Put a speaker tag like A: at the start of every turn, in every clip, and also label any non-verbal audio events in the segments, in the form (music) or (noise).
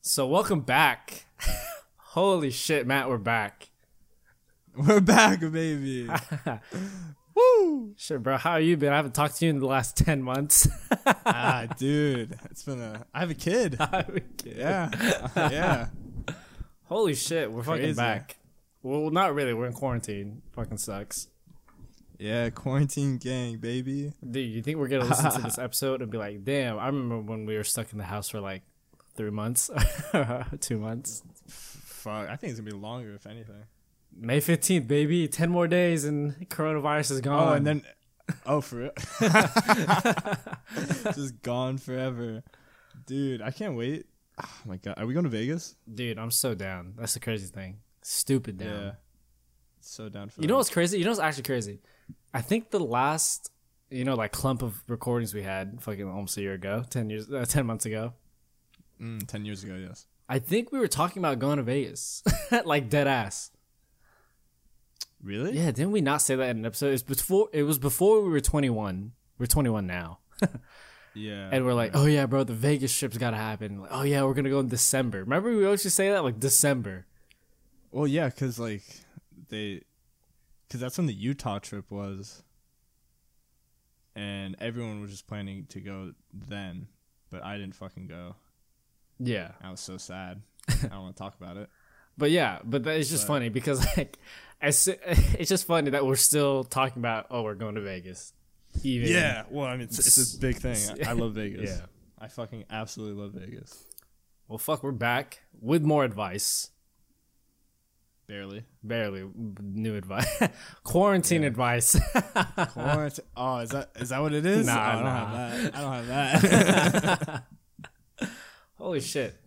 A: So welcome back. (laughs) Holy shit, Matt, we're back.
B: (laughs) We're back, (laughs) baby. Woo!
A: Shit, bro, how you been? I haven't talked to you in the last (laughs) ten months.
B: Ah, dude, it's been a. I have a (laughs) kid. Yeah, (laughs) yeah.
A: Holy shit, we're fucking
B: Crazy.
A: back. Well, not really. We're in quarantine. Fucking sucks.
B: Yeah, quarantine gang, baby.
A: Dude, you think we're gonna listen to
B: (laughs)
A: this episode and be like, "Damn, I remember when we were stuck in the house for like three months, (laughs) two months."
B: Fuck, I think it's gonna be longer, if anything.
A: May fifteenth, baby. Ten more days and coronavirus is gone.
B: Oh, and (laughs) then, oh, for real? (laughs) Just gone forever, dude. I can't wait. Oh my god, are we going to Vegas?
A: dude, I'm so down. That's the crazy thing. Stupid down.
B: so down
A: You
B: for that.
A: know what's crazy? You know what's actually crazy? I think the last, you know, like clump of recordings we had, fucking almost a year ago, ten years, uh, ten months ago.
B: Mm, ten years ago, yes.
A: I think we were talking about going to Vegas, (laughs) like dead ass.
B: Really?
A: Yeah, didn't we not say that in an episode? It's before. It was before we were twenty one. We're twenty one now,
B: Yeah.
A: and we're like, oh yeah, bro, the Vegas trip's gotta happen. Like, oh yeah, we're gonna go in December. Remember we always used to say that like December.
B: Well, yeah, because like they, because that's when the Utah trip was, and everyone was just planning to go then, but I didn't fucking go.
A: Yeah,
B: I was so sad. I don't want to talk (laughs) about it.
A: but yeah, but that, it's just funny because (laughs) like, as, (laughs) so- it's just funny that we're still talking about oh we're going to Vegas. Even
B: well, I mean, it's, (laughs) it's a big thing. I, I love Vegas.
A: Yeah.
B: I fucking absolutely love Vegas.
A: Well, fuck, we're back with more advice.
B: Barely.
A: Barely new advice. (laughs) Quarantine advice. (laughs)
B: Quarant- oh, is that is that what it is?
A: Nah,
B: Oh, I don't
A: nah.
B: have that. I (laughs) don't have that. Oh,
A: Holy shit.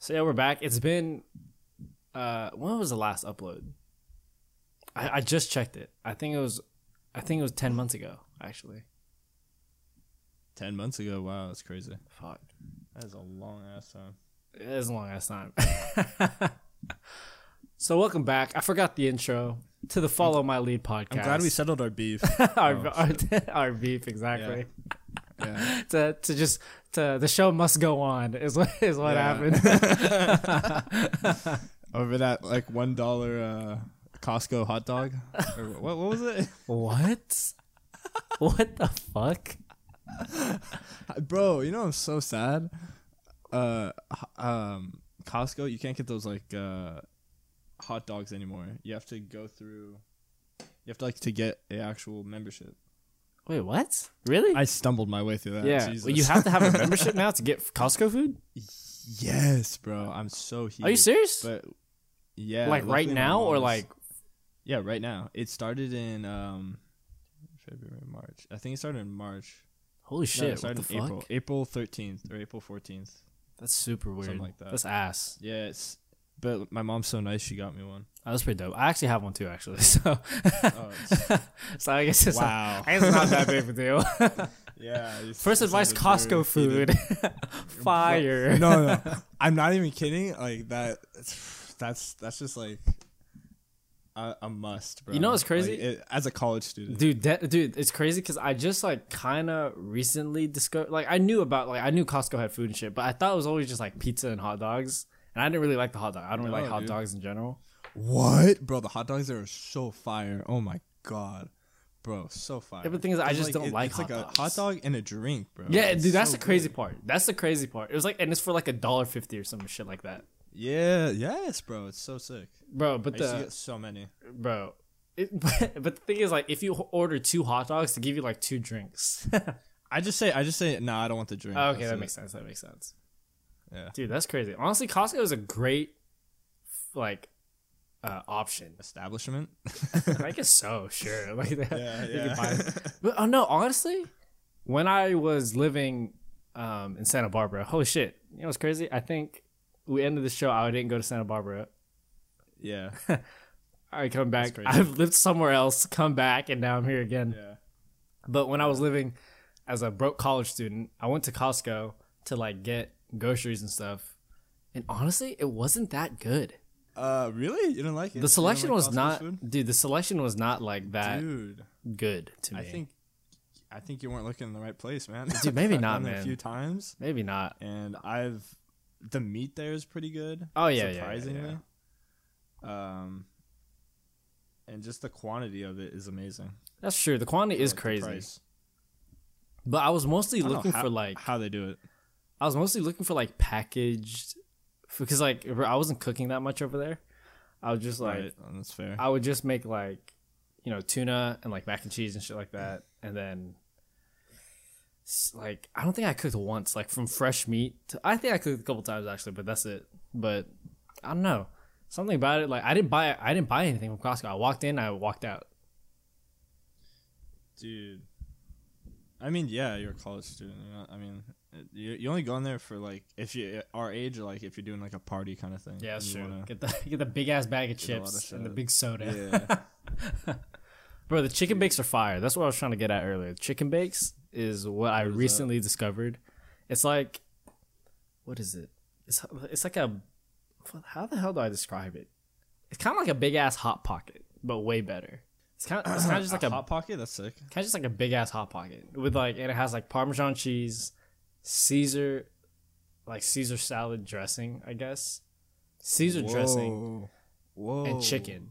A: So yeah, we're back. It's been uh when was the last upload? I, I just checked it. I think it was I think it was ten months ago, actually.
B: Ten months ago. Wow, that's crazy.
A: Fuck.
B: That is a long ass time.
A: It is a long ass time. (laughs) so welcome back. I forgot the intro to the Follow My Lead podcast.
B: I'm glad we Oh, settled our beef.
A: (laughs) our, our, our beef exactly.
B: (laughs) Yeah. (laughs)
A: (laughs) to to just to the show must go on is what is what
B: Yeah.
A: happened. (laughs)
B: over that like one dollar uh, Costco hot dog. Or what, what was it,
A: what? What the fuck?
B: (laughs) bro? You know I'm so sad. Uh, h- um, Costco, you can't get those like uh, hot dogs anymore. You have to go through. You have to like to get an actual membership.
A: Wait, what? Really?
B: I stumbled my way through that.
A: yeah.
B: Jesus.
A: Well, you have to have
B: (laughs)
A: a membership now to get Costco food.
B: yes, bro. I'm so heated.
A: Are you serious?
B: But yeah,
A: like right
B: luckily my
A: now, or
B: mom's-
A: like
B: Yeah, right now. It started in um February, March. I think it started in March.
A: holy
B: No, it
A: shit? what
B: started
A: the
B: in
A: fuck?
B: April. April 13th or April 14th.
A: That's super weird.
B: Something like that.
A: That's ass.
B: Yeah, it's but my mom's so nice she got me
A: (laughs)
B: one.
A: Oh, that's pretty dope. I actually have one too, actually. (laughs) So,
B: Oh, it's-
A: so I guess it's not,
B: wow.
A: I guess it's not that big of a deal.
B: (laughs) yeah. you
A: (laughs)
B: s-
A: First
B: you
A: advice:
B: sounded very
A: Costco food,
B: heated.
A: (laughs) fire.
B: No,
A: (laughs)
B: no. I'm not even kidding. Like that (sighs) that's that's just like a, a must, bro.
A: You know what's crazy?
B: Like, it- as a college student.
A: dude that, dude it's crazy because i just like kind of recently discovered like i knew about like i knew costco had food and shit but i thought it was always just like pizza and hot dogs and i didn't really like the hot dog i don't really
B: No,
A: like hot
B: Oh, dude.
A: dogs in general
B: What? Bro, the hot dogs are so fire. Oh my god. Bro, so fire.
A: Yeah, but the thing is, I
B: It's
A: just don't
B: it-
A: like
B: it's
A: hot
B: like
A: dogs.
B: a hot dog and a drink, bro.
A: yeah
B: It's
A: dude that's
B: Oh, so
A: the crazy
B: good.
A: part that's the crazy part it was like and it's for like a dollar fifty or some shit like that
B: Yeah, yes, bro. It's so sick.
A: bro but
B: I used to
A: the
B: get so many.
A: bro it, (laughs) but, the thing is like if you order two hot dogs to give you like two drinks (laughs)
B: I just say I just say no, I don't want the drink.
A: Oh, okay
B: That's
A: that
B: it.
A: makes sense that makes sense
B: Yeah.
A: dude that's crazy honestly costco is a great like uh, option
B: establishment.
A: (laughs)
B: (laughs)
A: I guess so, sure. (laughs) Like that.
B: Yeah,
A: you can
B: yeah.
A: buy
B: (laughs)
A: it. But oh no, honestly, when I was living um, in Santa Barbara, holy shit, you know what's crazy? I think we ended the show. I didn't go to Santa Barbara.
B: yeah.
A: I come back.
B: crazy.
A: I've lived somewhere else, come back, and now I'm here again.
B: Yeah.
A: But when I was living as a broke college student, I went to Costco to like get groceries and stuff. And honestly, it wasn't that good.
B: Uh really? You didn't like it? You
A: The
B: didn't
A: selection
B: like
A: was
B: Costco
A: not,
B: food?
A: dude. The selection was not like that
B: Dude,
A: good to me.
B: I think I think you weren't looking in the right place, man.
A: Dude, maybe
B: (laughs) I've
A: not,
B: gone there
A: man.
B: A few times
A: maybe not.
B: and I've the meat there is pretty good.
A: Oh, yeah, yeah, yeah,
B: surprisingly.
A: yeah.
B: Um, and just the quantity of it is amazing.
A: That's true. The quantity is
B: Like, the
A: crazy,
B: price.
A: but I was mostly
B: I don't know
A: looking
B: how-
A: for like
B: how they do it.
A: I was mostly looking for like packaged, because like I wasn't cooking that much over there. I was just like
B: Right, oh, that's fair.
A: I would just make like, you know, tuna and like mac and cheese and shit like that, and then s- like I don't think I cooked once, like from fresh meat. To, I think I cooked a couple times actually, but that's it. But I don't know something about it. Like I didn't buy I didn't buy anything from Costco. I walked in, I walked out.
B: Dude, I mean, yeah, you're a college student. You're not, I mean, it- you you only go in there for like if you our age or like if you're doing like a party kind of thing.
A: Yeah, that's
B: and you
A: true.
B: wanna-
A: Get the (laughs) get the big ass bag of
B: Get a lot of
A: chips and the
B: shit.
A: big soda.
B: yeah, (laughs)
A: Bro, the chicken bakes are fire. That's what I was trying to get at earlier. Chicken bakes is what I
B: What is that?
A: recently discovered. It's like, what is it? It's it's like a, how the hell do I describe it? It's kind of like a big ass hot pocket, but way better. It's kind of it's kind of
B: (clears throat)
A: just like a
B: hot pocket. That's sick.
A: kind of just like a big ass hot pocket with like and it has like Parmesan cheese, Caesar, like Caesar salad dressing, I guess, Caesar dressing
B: Whoa.
A: and chicken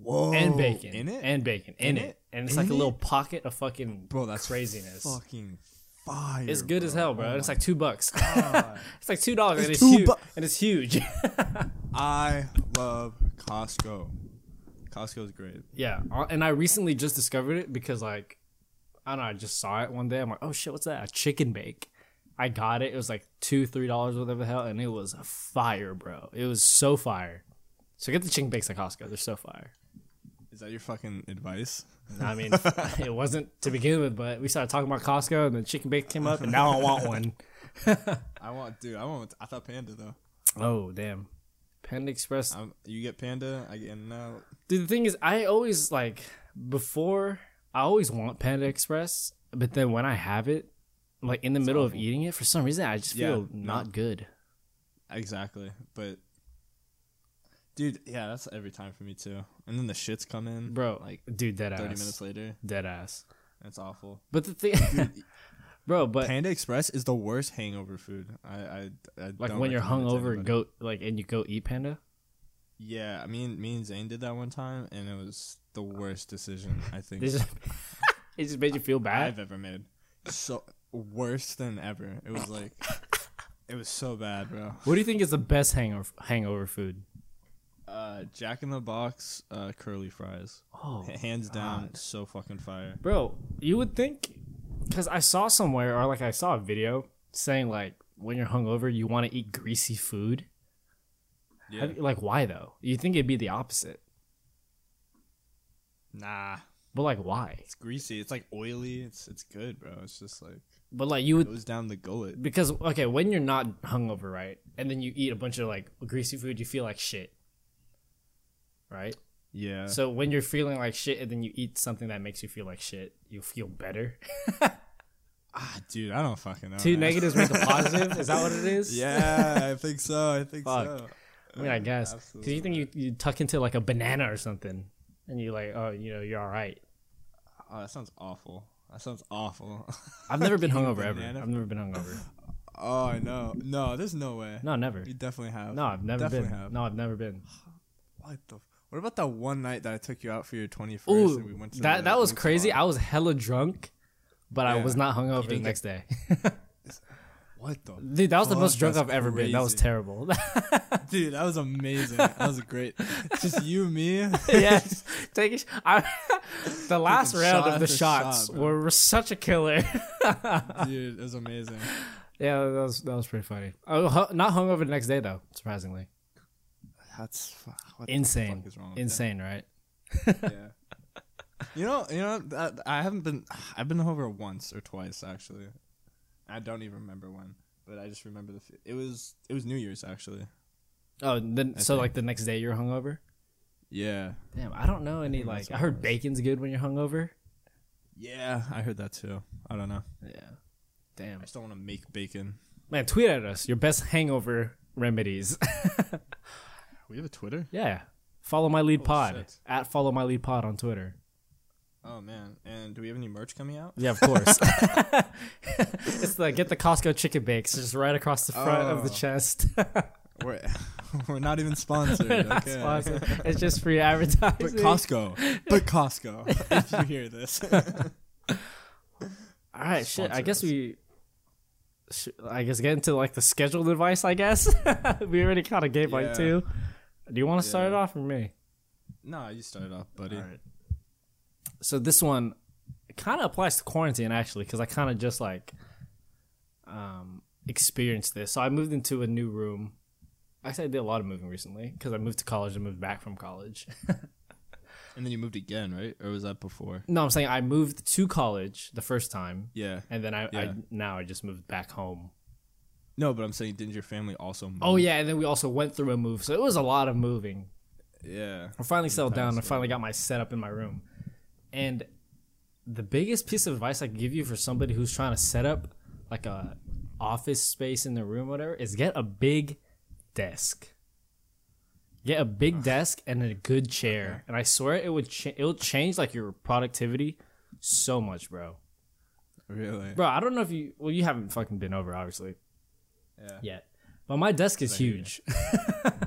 B: Whoa.
A: and bacon
B: Oh, in it.
A: and bacon in,
B: In
A: it.
B: it?
A: and it's
B: In
A: like a
B: it?
A: little pocket of fucking
B: bro, that's
A: craziness.
B: Fucking fire.
A: it's good as hell, bro.
B: Oh
A: it's
B: my
A: like two bucks.
B: God.
A: (laughs) it's like two dollars, and it's
B: It's two
A: huge.
B: bu-
A: and it's huge. (laughs)
B: I love Costco. Costco's great.
A: yeah, uh, and I recently just discovered it because like I don't know, I just saw it one day. I'm like, oh shit, what's that? A chicken bake. I got it. It was like two, three dollars, whatever the hell, and it was fire, bro. It was so fire. So get the chicken bakes at Costco. They're so fire.
B: Is that your fucking advice?
A: I
B: (laughs)
A: mean, it wasn't to begin with, but we started talking about Costco, and the chicken bake came up, and now I want one.
B: I want, dude. I want. I thought Panda though.
A: Oh damn, Panda Express
B: I'm, you get Panda. I get in and out.
A: Dude, the thing is, I always like before. I always want Panda Express, but then when I have it, like in the middle of
B: awful.
A: eating it, for some reason I just
B: Yeah,
A: feel
B: no.
A: not good.
B: Exactly. But dude, yeah, that's every time for me too. And then the shits come in,
A: Bro, like
B: Like
A: dude, dead ass,
B: Thirty minutes later,
A: dead ass.
B: it's awful.
A: But the (laughs) thing, bro, but
B: Panda Express is the worst hangover food. I, I, I
A: like
B: don't
A: when you're
B: recommend it to
A: hungover,
B: anybody.
A: go like and you go eat Panda.
B: Yeah, I mean, me and Zane did that one time, and it was the worst decision
A: (laughs)
B: I think
A: They just, it just made you
B: (laughs)
A: feel bad.
B: I've ever made. So worse than ever. It was like, it was so bad, bro.
A: What do you think is the best hangover hangover
B: (laughs)
A: food?
B: Uh, Jack in the Box, uh, curly fries,
A: Oh,
B: hands down, so fucking fire.
A: bro you would think because i saw somewhere or like i saw a video saying like when you're hungover you want to eat greasy food
B: Yeah.
A: Have you- like why though you think it'd be the opposite
B: Nah.
A: but like why
B: It's greasy. It's like oily. It's it's good, bro. It's just like
A: but like you
B: it
A: would
B: goes down the gullet.
A: because okay when you're not hungover right and then you eat a bunch of like greasy food you feel like shit right
B: Yeah.
A: so when you're feeling like shit and then you eat something that makes you feel like shit you feel better (laughs)
B: ah, dude, I don't fucking know.
A: two
B: man.
A: negatives make a
B: (laughs)
A: positive is that what it is
B: Yeah, I think so. I think
A: Fuck.
B: so.
A: I
B: (laughs)
A: mean, I guess because
B: Absolutely.
A: you think you, you tuck into like a banana or something, and you like, oh, you know, you're all right.
B: Oh, that sounds awful. That sounds awful. (laughs)
A: I've never been hungover ever.
B: banana?
A: I've never been hungover.
B: (laughs) oh, I know. No, there's no way.
A: No, never.
B: You definitely have.
A: No, I've never
B: definitely
A: been.
B: Have.
A: No, I've never been.
B: What the? F- what about that one night that I took you out for your 21st and we
A: Ooh,
B: went to
A: that
B: the
A: that was
B: Luke's
A: crazy.
B: Bar?
A: I was hella drunk, but I
B: Yeah.
A: was not hungover the
B: didn't
A: next
B: (laughs)
A: day.
B: What the?
A: Dude, that was the
B: Fuck,
A: most drunk
B: that's
A: I've ever been. That was
B: crazy. (laughs)
A: terrible. (laughs)
B: Dude, that was amazing. that was great. Just you, and me.
A: (laughs) yes, take a sh- I, (laughs) the last
B: Taking
A: round of
B: shot
A: the
B: after
A: shots
B: shot, bro.
A: were, were such a killer. (laughs)
B: Dude, it was amazing.
A: yeah, that was that was pretty funny. I was hu- not hungover the next day though, surprisingly.
B: (laughs) That's fu- what the
A: Insane,
B: fuck is wrong with that?
A: insane, right?
B: yeah. You know, you know, that, I haven't been. I've been over once or twice actually. I don't even remember when, but I just remember the. f- It was it was New Year's actually.
A: Oh, then
B: I
A: so
B: think.
A: like the next day you're hungover.
B: Yeah.
A: Damn, I don't know any
B: think
A: like.
B: that's
A: I
B: what it
A: heard
B: was.
A: bacon's good when you're hungover.
B: Yeah, I heard that too. I don't know.
A: Yeah. Damn.
B: I just don't want to make bacon.
A: Man, tweet at us your best hangover remedies. (laughs)
B: We have a Twitter.
A: yeah. Follow my lead pod
B: Oh, shit.
A: at follow my lead pod on Twitter.
B: Oh man! And do we have any merch coming out?
A: Yeah, of course. (laughs) it's the get the Costco chicken bakes just right across the front of the
B: Oh.
A: chest. (laughs)
B: We're (laughs) we're not even sponsored.
A: We're not
B: okay.
A: sponsored. It's just free advertising.
B: But Costco. But Costco.
A: (laughs)
B: if you hear this. (laughs)
A: All right, shit. I
B: Sponsor
A: guess
B: us.
A: we. sh- I guess get into like the scheduled advice. I guess (laughs) we already kind of gave like
B: Yeah.
A: two. Do you want to start it
B: Yeah.
A: off or me?
B: no, you started off, buddy.
A: So this one kind of applies to quarantine actually, because I kind of just like um, experienced this. So I moved into a new room. Actually, I did a lot of moving recently because I moved to college and moved back from college. (laughs)
B: And then you moved again, right? Or was that before?
A: no, I'm saying I moved to college the first time,
B: Yeah.
A: and then I, I
B: Yeah.
A: now I just moved back home
B: No, but I'm saying, didn't your family also move?
A: Oh yeah, and then we also went through a move, so it was a lot of moving.
B: Yeah.
A: I finally settled down. I
B: Fantastic.
A: finally got my setup in my room, and the biggest piece of advice I can give you for somebody who's trying to set up like a office space in their room, whatever, is get a big desk. Get a big desk and a good chair, and I swear it would cha- it'll change like your productivity so much, bro.
B: Really?
A: Bro, I don't know if you well you haven't fucking been over obviously
B: Yeah.
A: yet, but my desk is huge. (laughs)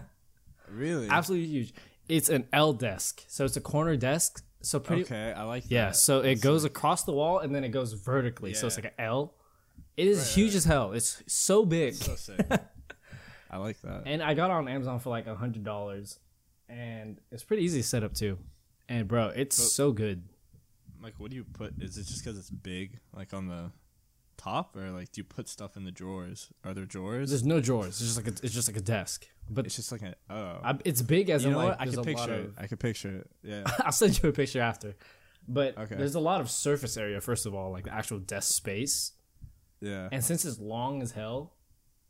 B: Really?
A: absolutely huge. It's an L desk, so it's a corner desk. So pretty,
B: Okay, I like that.
A: yeah. So it goes across the wall and then it goes vertically. So it's
B: Yeah.
A: like an L. It is huge as hell. It's so big.
B: So sick.
A: (laughs)
B: I like that.
A: and I got it on Amazon for like a hundred dollars, and it's pretty easy to set up too. And bro, it's so good.
B: Like, what do you put? Is it just because it's big, like on the top, or like do you put stuff in the drawers? Are there drawers?
A: There's no drawers. It's just like a, it's just like a desk, but
B: it's just like an oh.
A: I, it's big as
B: you
A: in
B: know
A: like,
B: what? I
A: there's
B: can
A: a lot
B: picture it.
A: of-
B: I can picture it. Yeah.
A: (laughs) I'll send you a picture after, but
B: Okay.
A: there's a lot of surface area. First of all, like the actual desk space.
B: Yeah.
A: And since it's long as hell,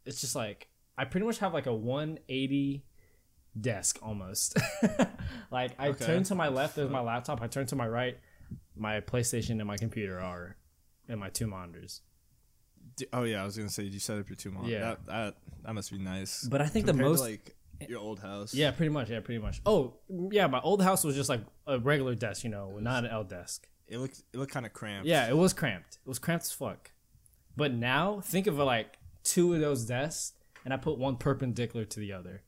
A: it's just like I pretty much have like a 180 desk almost. (laughs) like I
B: Okay.
A: turn to my left, there's my laptop. I turn to my right, my PlayStation and my computer are, and my two monitors.
B: D- oh yeah, I was gonna say you set up your two mom.
A: Yeah.
B: That, that that must be nice.
A: But I think the
B: Compared to,
A: most,
B: like your old house.
A: yeah, pretty much, yeah, pretty much. Oh yeah, my old house was just like a regular desk, you know, not an L desk.
B: It looked it looked kind of cramped.
A: Yeah, it was cramped. It was cramped as fuck. But now think of like two of those desks, and I put one perpendicular to the other.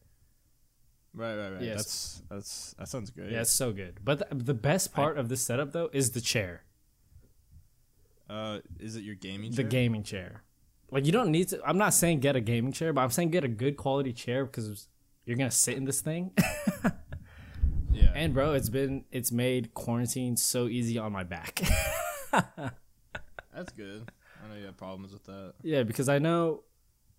B: Right. Right. Right.
A: Yes.
B: That's that's that sounds great.
A: Yeah, it's so good. But the, the best part of this setup though is the chair,
B: Uh, is it your gaming?
A: the
B: chair?
A: gaming chair. Like you don't need to. I'm not saying get a gaming chair, but I'm saying get a good quality chair because you're gonna sit in this thing. (laughs)
B: Yeah.
A: and bro, it's been it's made quarantine so easy on my back. (laughs)
B: that's good. I know you have problems with that.
A: yeah, because I know,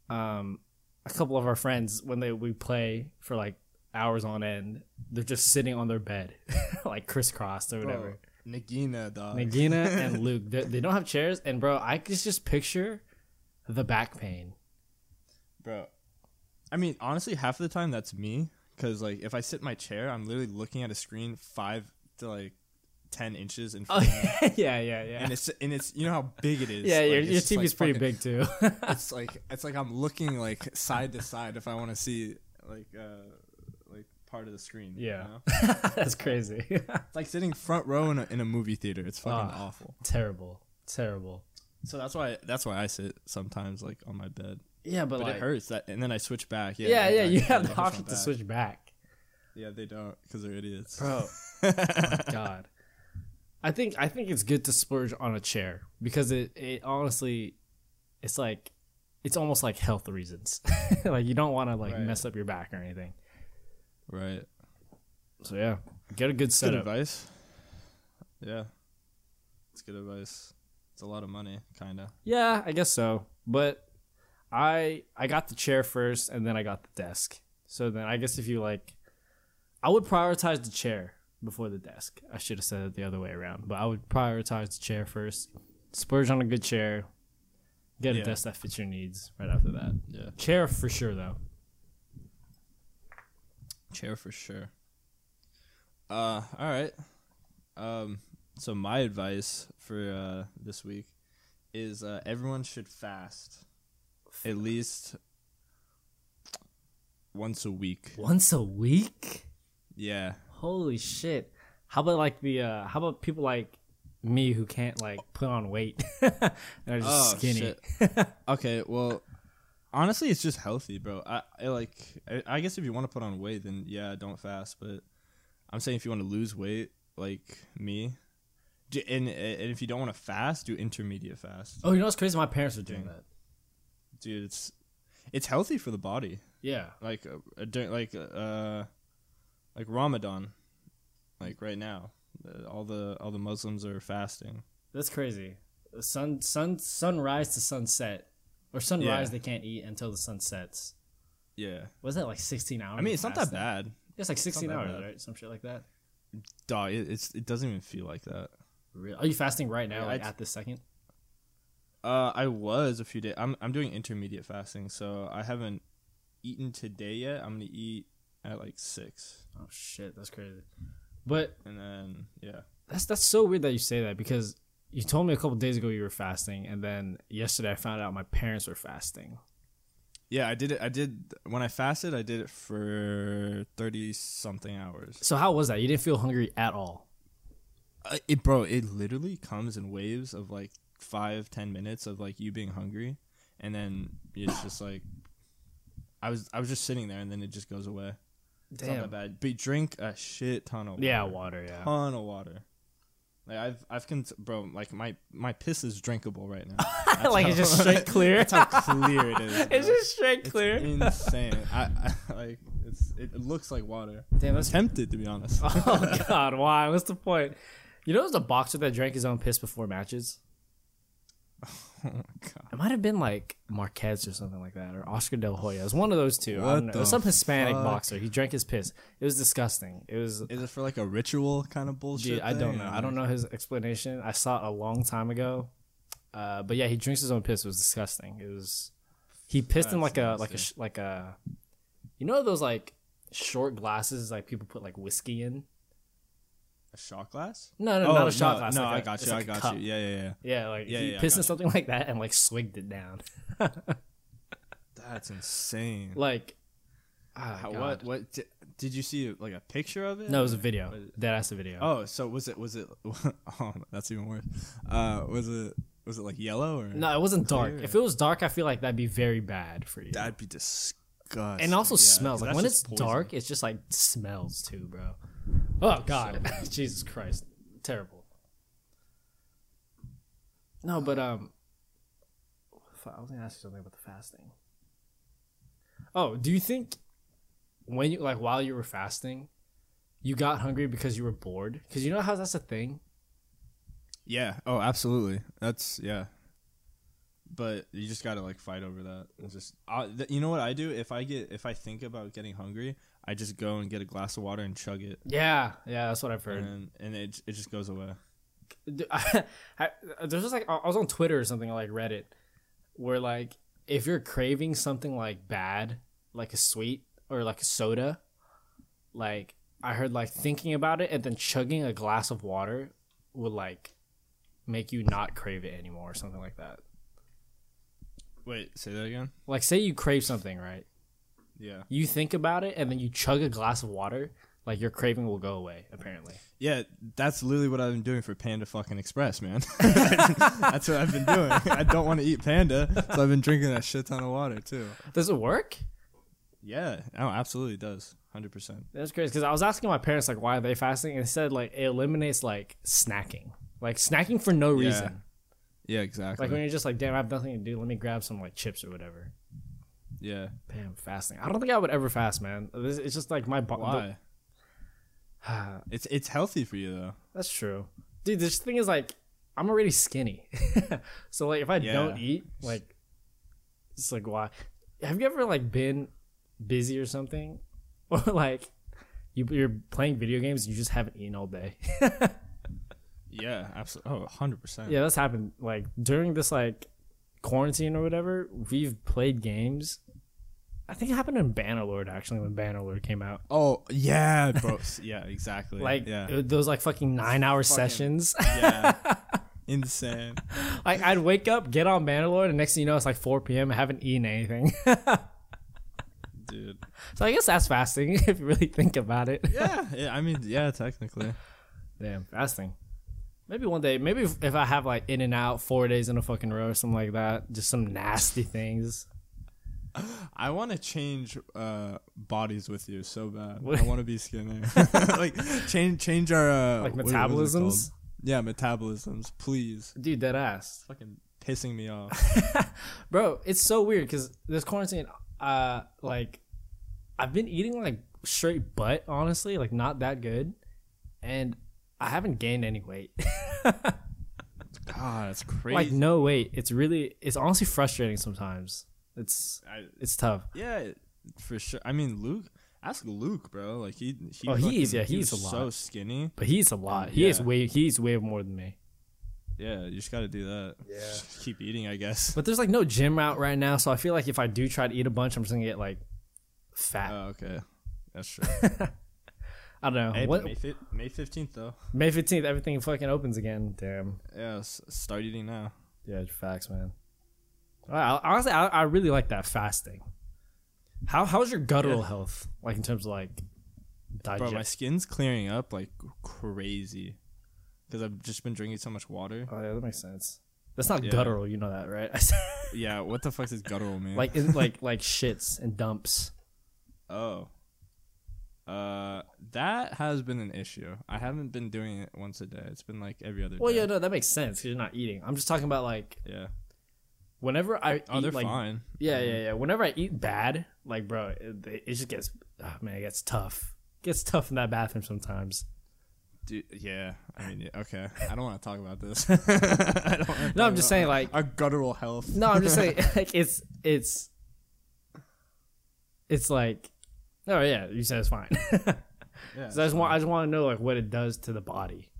A: um, a couple of our friends when they we play for like hours on end, they're just sitting on their bed, (laughs) like crisscrossed
B: Oh.
A: or whatever.
B: Bro, Nagina, dog.
A: Nagina and Luke, they, they don't have chairs. And bro, I could just picture the back pain.
B: (laughs) Bro, I mean, honestly, half of the time that's me. Because, like, if I sit in my chair, I'm literally looking at a screen five to, like, 10 inches in
A: Oh (laughs)
B: front.
A: yeah, yeah, yeah.
B: And it's, and it's, you know how big it is.
A: yeah,
B: Like,
A: your,
B: it's
A: your
B: just, like,
A: TV's pretty
B: fucking-
A: big too.
B: It's like, it's like I'm looking, like, side to side if I want to see, like, uh, like part of the screen.
A: (laughs)
B: you
A: Yeah.
B: know?
A: (laughs) That's crazy. (laughs)
B: It's like sitting front row in a, in a movie theater. It's fucking
A: Ah.
B: awful.
A: terrible, terrible.
B: So that's why, that's why I sit sometimes, like, on my bed.
A: Yeah,
B: But
A: like,
B: it hurts. That, and then I switch back. Yeah,
A: Yeah,
B: like,
A: yeah.
B: I-
A: You
B: I
A: have the
B: never front
A: option to
B: back.
A: switch back,
B: Yeah, they don't because they're idiots.
A: (laughs) bro. God, I think I think it's good to splurge on a chair because it it honestly, it's like, it's almost like health reasons. (laughs) like you don't want to like
B: Right.
A: mess up your back or anything.
B: (laughs) right.
A: So yeah, get a good
B: Good
A: setup.
B: advice. Yeah. It's good advice. It's a lot of money, kind of.
A: Yeah, I guess so. But I I got the chair first and then I got the desk. So then I guess if you like I would prioritize the chair before the desk. I should have said it the other way around, but I would prioritize the chair first. Splurge on a good chair. Get a
B: Yeah.
A: desk that fits your needs right after that.
B: Yeah.
A: Chair for sure though.
B: Chair for sure. Uh, all right. Um, so my advice for uh, this week is uh, everyone should fast at least once a week.
A: Once a week?
B: Yeah.
A: Holy shit. How about like the uh how about people like me who can't like put on weight (laughs) and are just
B: Oh,
A: skinny.
B: shit.
A: (laughs)
B: Okay, well, honestly, it's just healthy, bro. I, I like. I, I guess if you want to put on weight, then yeah, don't fast. But I'm saying if you want to lose weight, like me, do, and and if you don't want to fast, do intermediate fast,
A: Oh, you know what's crazy? My parents were doing that.
B: dude. It's it's healthy for the body.
A: Yeah.
B: Like uh, uh, dur- like uh like Ramadan, like right now, uh, all the all the Muslims are fasting.
A: That's crazy. The Sun sun sunrise to sunset. Or sunrise
B: Yeah.
A: they can't eat until the sun sets.
B: Yeah,
A: Was that like sixteen hours?
B: I mean
A: of
B: it's not that
A: fasting?
B: bad.
A: It's like sixteen
B: that
A: hours,
B: bad.
A: right? Some shit like that.
B: Dog, it, it's it doesn't even feel like that.
A: Really? Are you fasting right now,
B: Yeah,
A: like
B: I'd-
A: at this second?
B: Uh, I was a few days. I'm I'm doing intermediate fasting, so I haven't eaten today yet. I'm gonna eat at like six,
A: Oh shit, that's crazy. But
B: and then yeah,
A: That's that's so weird that you say that because you told me a couple days ago you were fasting, and then yesterday I found out my parents were fasting.
B: yeah. I did it. I did when I fasted. I did it for thirty something hours.
A: So how was that? You didn't feel hungry at all.
B: Uh, it bro, it literally comes in waves of like five ten minutes of like you being hungry, and then it's just like. I was I was just sitting there and then it just goes away. It's not that bad. But drink a shit ton of water.
A: Yeah, water.
B: (laughs)
A: Yeah.
B: ton of water. Like I've I've con- bro like my my piss is drinkable right
A: (laughs)
B: now.
A: like it's
B: (laughs)
A: just straight (laughs) clear.
B: That's how clear it is.
A: (laughs) it's
B: bro.
A: just straight
B: It's
A: clear.
B: insane. I, I (laughs) like it's it looks like water.
A: Damn,
B: I'm
A: that's.
B: tempted to be honest.
A: (laughs)
B: (laughs)
A: Oh God, why? What's the point? You know, there's a boxer that drank his own piss before matches.
B: my god.
A: It might have been like Marquez or something like that, or Oscar De La Hoya. It was one of those two. I
B: What
A: don't know. It was
B: the
A: some Hispanic
B: fuck?
A: boxer. He drank his piss. It was disgusting. It was
B: Is it for like a ritual kind of bullshit?
A: Dude, I don't
B: thing,
A: know.
B: or-
A: I don't know his explanation. I saw it a long time ago. Uh, but yeah, he drinks his own piss. It was disgusting. It was. He pissed in
B: That's
A: like a like a sh- like a, you know those like short glasses like people put like whiskey in.
B: A shot glass?
A: No, no, not a shot
B: Oh, no,
A: glass.
B: No,
A: like
B: I
A: a-
B: got
A: it's
B: you.
A: like
B: I
A: a
B: got
A: cup.
B: you. Yeah, yeah, yeah.
A: Yeah, like
B: Yeah,
A: he
B: yeah, I
A: pissed in
B: got
A: something like that and like swigged it down. (laughs)
B: That's insane.
A: like, ah,
B: How-
A: God.
B: what? What? Did, did you see like a picture of it?
A: No, it was
B: or-
A: a video.
B: what is it?
A: Dead ass a video.
B: Oh, so was it? Was it? (laughs) Oh, that's even worse. Uh, was it? Was it like yellow or?
A: no, it wasn't dark.
B: Clear.
A: If it was dark, I feel like that'd be very bad for you.
B: That'd be disgusting.
A: and also
B: Yeah,
A: smells. Like
B: that's
A: when
B: just
A: it's
B: poison.
A: dark, it's just like smells too, bro. Oh god, (laughs) Jesus Christ, terrible. No, but um, fu- I was gonna ask you something about the fasting. Oh, do you think when you like while you were fasting, you got hungry because you were bored? Because you know how that's a thing.
B: Yeah. Oh, absolutely. That's yeah. But you just gotta like fight over that. It's just I, th- you know what I do if I get if I think about getting hungry, I just go and get a glass of water and chug it,
A: Yeah, yeah, that's what I've heard.
B: and and it it just goes away.
A: Dude, (laughs) I, I, there's just like I I was on Twitter or something like Reddit, where like if you're craving something like bad, like a sweet or like a soda, like I heard like thinking about it and then chugging a glass of water would like make you not crave it anymore or something like that.
B: Wait, say that again.
A: Like say you crave something, right?
B: Yeah.
A: You think about it and then you chug a glass of water, like your craving will go away. Apparently,
B: Yeah, that's literally what I've been doing for Panda fucking Express, (laughs) man. that's what I've been doing. I don't want to eat Panda, so I've been drinking a shit ton of water too.
A: does it work?
B: Yeah, oh, absolutely it does. 100%.
A: That's crazy because I was asking my parents like why are they fasting and they said like it eliminates like snacking, like snacking for no
B: Yeah,
A: reason.
B: Yeah,
A: Like
B: exactly.
A: when you're just like, damn, I have nothing to do. Let me grab some like chips or whatever.
B: yeah.
A: Bam, fasting. I don't think I would ever fast, man. This- It's just like my body.
B: Why? It's it's healthy for you though.
A: (sighs) That's true, dude. This thing is like, I'm already skinny, (laughs) so like if I
B: Yeah.
A: don't eat, like, it's like why? Have you ever like been busy or something, (laughs) or like you, you're playing video games and you just haven't eaten all day?
B: Yeah, absolutely. Oh, 100%.
A: Yeah, that's happened. Like during this like quarantine or whatever, we've played games. I think it happened in Bannerlord actually when Bannerlord came out.
B: Oh, yeah, bro. (laughs) S- yeah, exactly.
A: Like
B: yeah.
A: it- those like fucking nine hour sessions. (laughs)
B: yeah. Insane.
A: like I'd wake up, get on Bannerlord, and next thing you know, it's like 4 p.m. I haven't eaten anything. (laughs)
B: Dude.
A: so I guess that's fasting (laughs) if you really think about it.
B: Yeah, yeah, I mean, yeah, technically.
A: Damn, fasting. Maybe one day, maybe if, if I have like In and Out four days in a fucking row or something like that, just some nasty things.
B: I want to change uh, bodies with you so bad.
A: What-
B: I want to be
A: (laughs)
B: skinny. like change change our uh,
A: Like
B: what- what is it called?
A: metabolisms?
B: Yeah, metabolisms. Please,
A: Dude, dead ass.
B: fucking pissing me off.
A: bro it's so weird because this quarantine uh like i've been eating like straight butt honestly like not that good and i haven't gained any weight
B: (laughs)
A: (laughs)
B: God, it's crazy.
A: like no weight it's really it's honestly frustrating sometimes it's
B: I-
A: it's tough
B: yeah, for sure. I mean, Luke. Ask Luke, bro. Like he. he
A: Oh, he
B: fucking-
A: is- yeah, he
B: was
A: is a lot.
B: so skinny.
A: but he eats a lot he eats
B: Yeah.
A: way he eats way more than me
B: Yeah, you just got to do that. (laughs) Yeah. Just keep eating, I guess. (laughs)
A: but there's like no gym out right now so i feel like if i do try to eat a bunch i'm just gonna get like fat
B: Oh, okay. That's true.
A: i don't know
B: Hey,
A: what
B: May, fif- May 15th, though.
A: may 15th everything fucking opens again damn
B: Yeah, s- start eating now.
A: Yeah, facts, man. I, I- honestly, I, I really like that fasting. How how's your guttural
B: Yeah.
A: health like in terms of like
B: Bro, my
A: digest?
B: skin's clearing up like crazy because I've just been drinking so much water.
A: oh yeah, that makes sense. That's not
B: Yeah.
A: guttural, you know that, right? (laughs)
B: Yeah, what the fuck is guttural, man?
A: like is like like shits and dumps.
B: oh, uh, that has been an issue. I haven't been doing it once a day. It's been like every other
A: Well,
B: day.
A: yeah, no, that makes sense because you're not eating. I'm just talking about like
B: yeah.
A: whenever I
B: Oh,
A: eat,
B: they're
A: like,
B: fine.
A: Yeah, yeah, yeah. Whenever I eat bad, like bro, it, it just gets oh, man, it gets tough. gets tough in that bathroom sometimes.
B: Dude, yeah. I mean, yeah, okay. I don't want to talk about this. (laughs) I don't wanna
A: No, I'm
B: talk
A: just
B: about
A: saying like
B: our guttural health.
A: No, I'm just
B: (laughs)
A: saying like it's it's it's like oh yeah, you said it's fine. (laughs)
B: Yeah,
A: so I just want I just want to know like what it does to the body.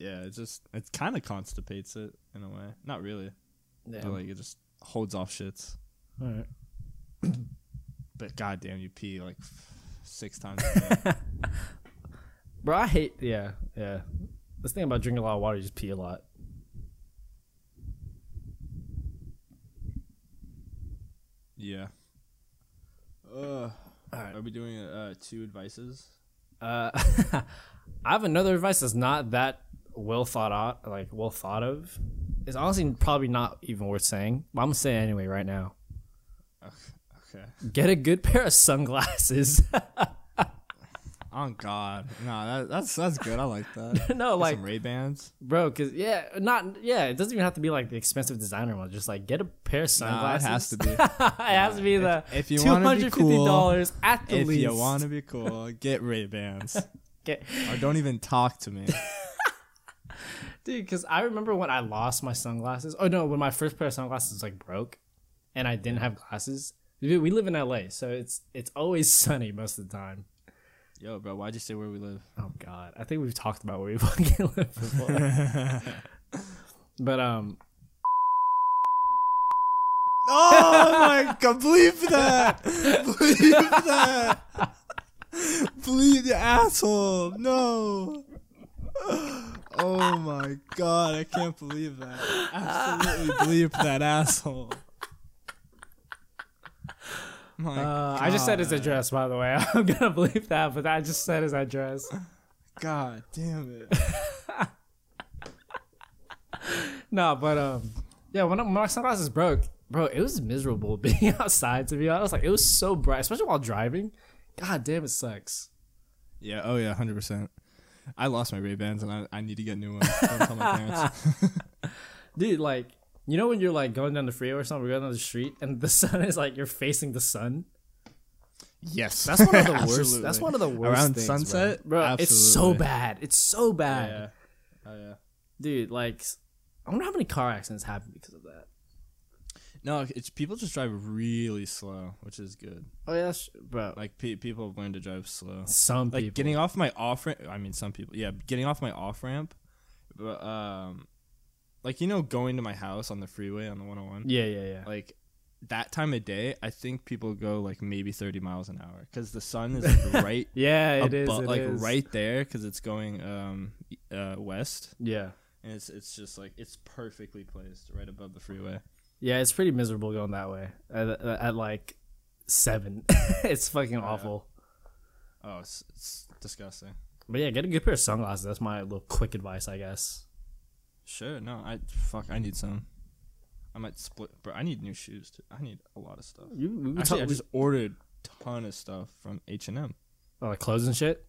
B: yeah, it just it kind of constipates it in a way. Not really,
A: Yeah.
B: but like it just holds off shits.
A: All right.
B: But goddamn, you pee like six times. a
A: (laughs)
B: day.
A: Bro, I hate yeah, yeah. This thing about drinking a lot of water, you just pee a lot.
B: yeah. Uh,
A: Alright.
B: Are we doing uh, two advices?
A: Uh, (laughs) I have another advice that's not that well thought out, like well thought of. It's honestly probably not even worth saying, but I'm gonna say it anyway right now.
B: Okay.
A: Get a good pair of sunglasses. (laughs)
B: Oh God, no, that, that's that's good. I like that.
A: (laughs)
B: Get
A: no, like
B: some Ray Bans.
A: Bro, cause yeah, not yeah. It doesn't even have to be like the expensive designer one. Just like get a pair of
B: Nah, it
A: sunglasses.
B: has to
A: (laughs)
B: be.
A: it has to be the
B: if you
A: two
B: wanna be
A: hundred fifty dollars at the
B: if
A: least.
B: you want to be cool, get
A: (laughs)
B: Ray Bans.
A: Get-
B: or don't even talk to me.
A: dude, cause I remember when I lost my sunglasses. Oh no, when my first pair of sunglasses like broke, and I didn't have glasses. Dude, we live in LA, so it's it's always (laughs) sunny most of the time.
B: Yo, bro, why'd you say where we live?
A: Oh god, I think we've talked about where we (laughs) fucking live before.
B: (laughs)
A: but um,
B: Oh my god, bleep that! Bleep that! Bleep the asshole! No! Oh my god, I can't believe that. Absolutely bleep that asshole. My
A: uh, I just said his
B: God.
A: address. By the way, (laughs) I'm gonna believe that, but I just said his address.
B: God damn it.
A: No, but um, yeah, when when my sunglasses broke, bro, it was miserable (laughs) being outside. To be honest, like it was so bright, especially while driving. God damn, it sucks.
B: Yeah, oh yeah, 100%. I lost my Ray-Bans and I, I need to get new ones. Don't tell my
A: (laughs)
B: parents.
A: Dude, like you know when you're like going down the freeway or something, or going down the street, and the (laughs) sun is like you're facing the sun.
B: yes.
A: That's
B: (laughs)
A: one of the worst. That's one of the worst.
B: Around
A: things,
B: sunset?
A: bro. Bro, it's so
B: Absolutely.
A: bad. It's so bad,
B: Yeah. Oh yeah.
A: dude. Like, I wonder how many car accidents happen because of that.
B: No, it's people just drive really slow, which is good.
A: Oh yeah, that's, bro.
B: Like pe- people have learned to drive slow.
A: Some
B: Like
A: people.
B: getting off my off ramp. I mean, some people. Yeah, getting off my off ramp. But um, like you know, going to my house on the freeway on the 101.
A: yeah, yeah, yeah.
B: Like that time of day, I think people go like maybe 30 miles an hour because the sun
A: (laughs)
B: is like, right.
A: yeah, it is.
B: abo-
A: it
B: like
A: is.
B: right there because it's going um uh west
A: Yeah.
B: and it's it's just like it's perfectly placed right above the freeway.
A: Yeah, it's pretty miserable going that way at, at, at, like seven. (laughs) it's fucking awful.
B: Oh, it's, it's disgusting.
A: But yeah, get a good pair of sunglasses. That's my little quick advice, I guess.
B: Sure. No, I fuck. I need some. I might split, bro. I need new shoes. Too. I need a lot of stuff.
A: You, we were
B: Actually, I
A: talking-
B: just ordered ton of stuff from H and M.
A: oh, like clothes and shit.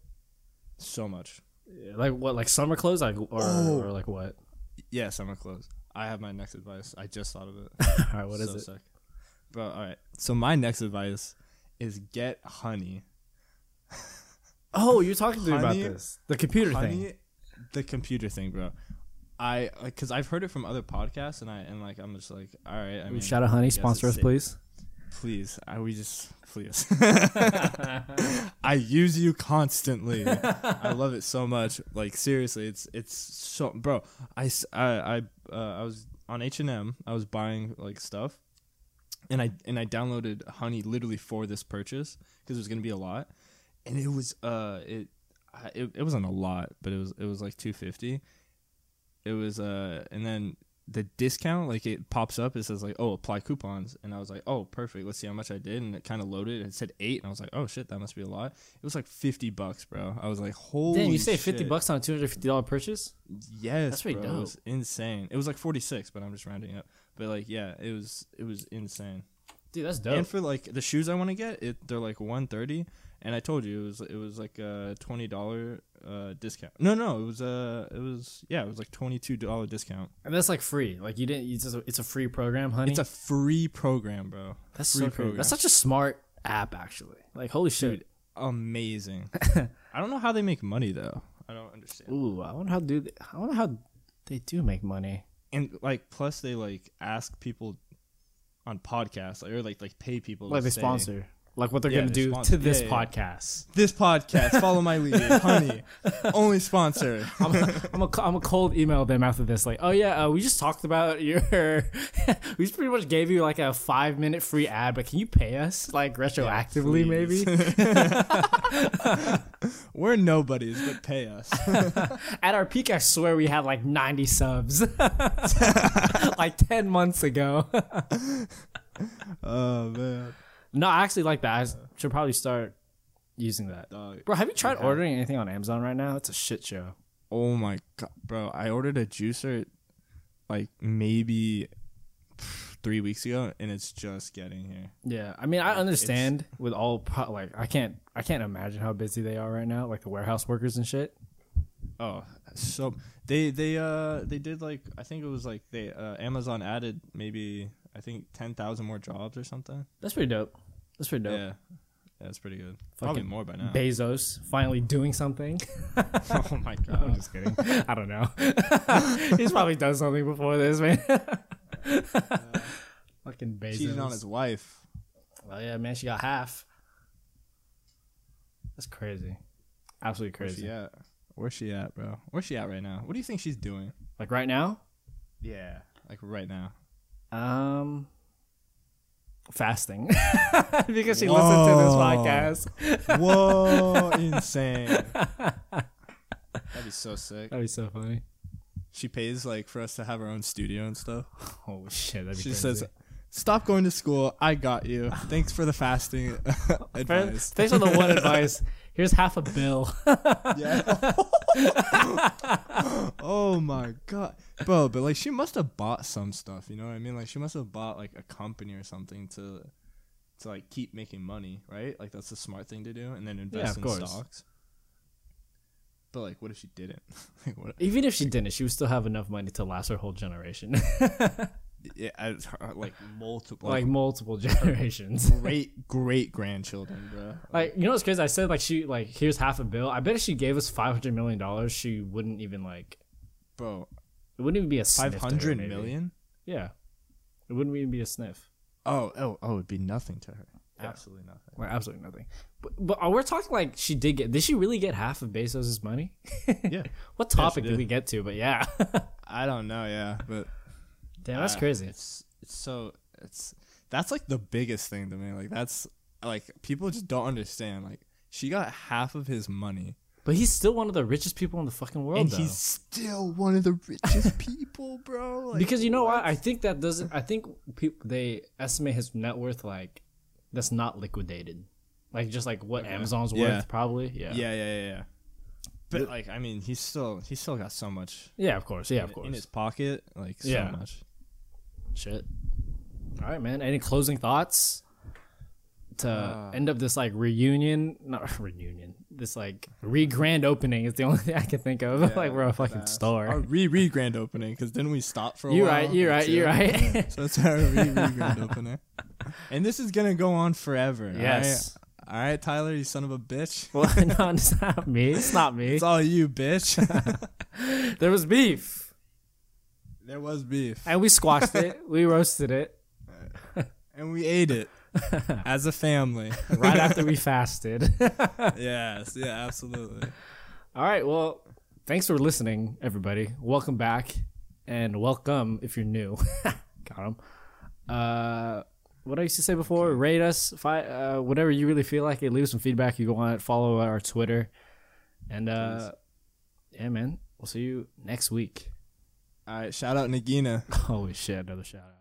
B: So much.
A: Yeah, Like what? Like summer clothes? Like or,
B: Oh.
A: or like what? (laughs)
B: Yeah, summer clothes. I have my next advice. I just thought of it.
A: All right, (laughs) what is
B: So
A: it?
B: sick. Bro, all right. So my next advice is get honey.
A: Oh, you're talking to me about
B: Honey-
A: this. The computer thing.
B: Honey, the computer thing, bro. I like because I've heard it from other podcasts, and I and like I'm just like, all right. I mean,
A: Shout out, honey,
B: yes,
A: sponsor us,
B: it's safe.
A: please.
B: please. I we just please. (laughs) I use you constantly. I love it so much. Like seriously, it's it's so bro. I s- I I, uh, I was on H and M. I was buying like stuff, and I and I downloaded Honey literally for this purchase because it was gonna be a lot, and it was uh it. I- It, it wasn't a lot, but it was it was like two fifty. It was uh and then the discount like it pops up. It says like oh apply coupons, and I was like oh perfect. Let's see how much I did, and it kind of loaded. and It said eight, and I was like oh shit that must be a lot. It was like fifty bucks, bro. I was like holy.
A: Damn, you say fifty
B: shit.
A: bucks on a two hundred fifty dollar purchase?
B: Yes,
A: That's pretty
B: bro. It was insane. It was like 46, but I'm just rounding up. But like, yeah, it was it was insane.
A: Dude, that's dope.
B: And for like the shoes I want to get, it they're like 130, and I told you it was it was like a twenty dollar uh, discount. No, no, it was uh it was yeah it was like twenty two dollar discount.
A: And that's like free. Like you didn't. It's, just a, it's a free program, honey.
B: It's a free program, bro.
A: that's so
B: free
A: cool.
B: program.
A: That's such a smart app, actually. Like holy shit. (laughs)
B: Amazing. I don't know how they make money though. I don't understand.
A: Ooh, I wonder how do they, I wonder how they do make money.
B: And like, plus they like ask people on podcasts or like like pay people to
A: Like they
B: say-
A: sponsor. Like what they're
B: Yeah,
A: gonna
B: they
A: do
B: sponsor.
A: to this
B: Yeah, yeah.
A: podcast.
B: this podcast follow my lead honey only sponsor
A: (laughs) I'm a, I'm a, I'm a cold email them after this. Like, oh yeah, uh, we just talked about your. (laughs) we just pretty much gave you like a five minute free ad, but can you pay us like retroactively, maybe? (laughs)
B: we're nobodies but
A: (laughs)
B: pay us
A: At our peak, I swear we had like 90 subs, (laughs) like 10 months ago. (laughs)
B: oh man
A: no, I actually like that. I s- should probably start using that.
B: Dog.
A: Bro, have you tried ordering anything on Amazon right now? It's a shit show.
B: oh my god bro i ordered a juicer like maybe pff, three weeks ago and it's just getting here
A: Yeah, I mean, I understand with all pro- like I can't I can't imagine how busy they are right now, like the warehouse workers and shit.
B: oh so they they uh they did like i think it was like they uh amazon added maybe i think 10000 more jobs or something
A: That's pretty dope. That's pretty dope.
B: yeah that's pretty good probably
A: Fucking
B: more by now
A: Bezos finally doing something.
B: (laughs)
A: (laughs)
B: oh my god
A: just kidding. I don't
B: (laughs)
A: know. He's probably done something before this, man. (laughs) Fucking Bezos.
B: cheating on his wife
A: Well, yeah, man, she got half. That's crazy. Absolutely
B: Where's
A: crazy.
B: she at? Where's she at, bro? Where's she at right now? What do you think she's doing?
A: Like right now,
B: Yeah. Like right now.
A: um, fasting (laughs) because she listened to this
B: Whoa.
A: podcast.
B: Whoa, insane. (laughs) That'd be so sick.
A: That'd be so funny.
B: She pays like for us to have our own studio and stuff.
A: Holy shit, that'd be
B: She
A: crazy.
B: says, "Stop going to school. I got you. Thanks for the fasting (laughs)
A: (laughs)
B: advice."
A: Thanks for the
B: (laughs)
A: one advice. Here's half a bill. (laughs)
B: Yeah. (laughs) oh my god, bro! But like, she must have bought some stuff. You know what I mean? Like, she must have bought like a company or something to, to like keep making money, right? Like, that's the smart thing to do, and then invest
A: of
B: in
A: course.
B: stocks. But like, what if she didn't? (laughs) like, what?
A: Even if she didn't, she would still have enough money to last her whole generation, (laughs)
B: Yeah, I, like multiple,
A: like
B: like (laughs)
A: multiple generations.
B: great great grandchildren, bro.
A: Like you know what's crazy? I said like she like here's half a bill. I bet if she gave us five hundred million dollars, she wouldn't even like
B: Bro,
A: it wouldn't even be a sniff
B: five
A: to her,
B: hundred
A: maybe.
B: million.
A: Yeah, it wouldn't even be a sniff.
B: Oh, oh, oh! It'd be nothing to her. Absolutely nothing.
A: Like absolutely nothing. But, but uh, we're talking like she did get. Did she really get half of Bezos' money? (laughs)
B: Yeah,
A: what topic did
B: did.
A: we get to? But yeah, (laughs)
B: I don't know. Yeah, but
A: damn, that's
B: Uh,
A: crazy.
B: It's it's so it's that's like the biggest thing to me. Like that's like people just don't understand. Like she got half of his money,
A: But he's still one of the richest people in the fucking world,
B: and
A: Oh, though.
B: he's still one of the richest (laughs) people, bro. Like,
A: because you know what? I think that doesn't. I think people they estimate his net worth like that's not liquidated, like just like what Amazon's
B: Yeah.
A: worth probably. Yeah.
B: yeah, yeah, yeah, yeah. But like, I mean, he's still he's still got so much.
A: Yeah, of course. Yeah,
B: in-
A: of course.
B: In his pocket, like so
A: Yeah.
B: much.
A: Shit. All right, man. Any closing thoughts to
B: Uh.
A: end up this like reunion? Not (laughs) reunion. This like re grand opening is the only (laughs) thing I can think of. like we're a fucking
B: Our
A: store.
B: re re grand opening because then we stopped for a
A: You're
B: while.
A: right. You're right.
B: and
A: You're
B: chilled.
A: right.
B: So that's our re re
A: (laughs)
B: grand opening, and this is gonna go on forever. all
A: yes.
B: right? All right, Tyler, you son of a bitch.
A: Well, (laughs) no, it's not me. It's not me.
B: (laughs) It's all you,
A: (laughs)
B: bitch. (laughs)
A: There was beef,
B: there was beef,
A: and we squashed it. We roasted it
B: and we
A: (laughs)
B: ate it as a family.
A: right after we fasted. (laughs)
B: yes. Yeah. Absolutely.
A: All right. Well, thanks for listening, everybody. Welcome back, and welcome if you're new. (laughs) Got him. Uh, what I used to say before: rate us, fi- uh, whatever you really feel like. It leave us some feedback. You go on it. Follow our Twitter, and uh, yeah, man. We'll see you next week. (laughs)
B: All right. Shout out Nagina.
A: Holy shit! Another shout out.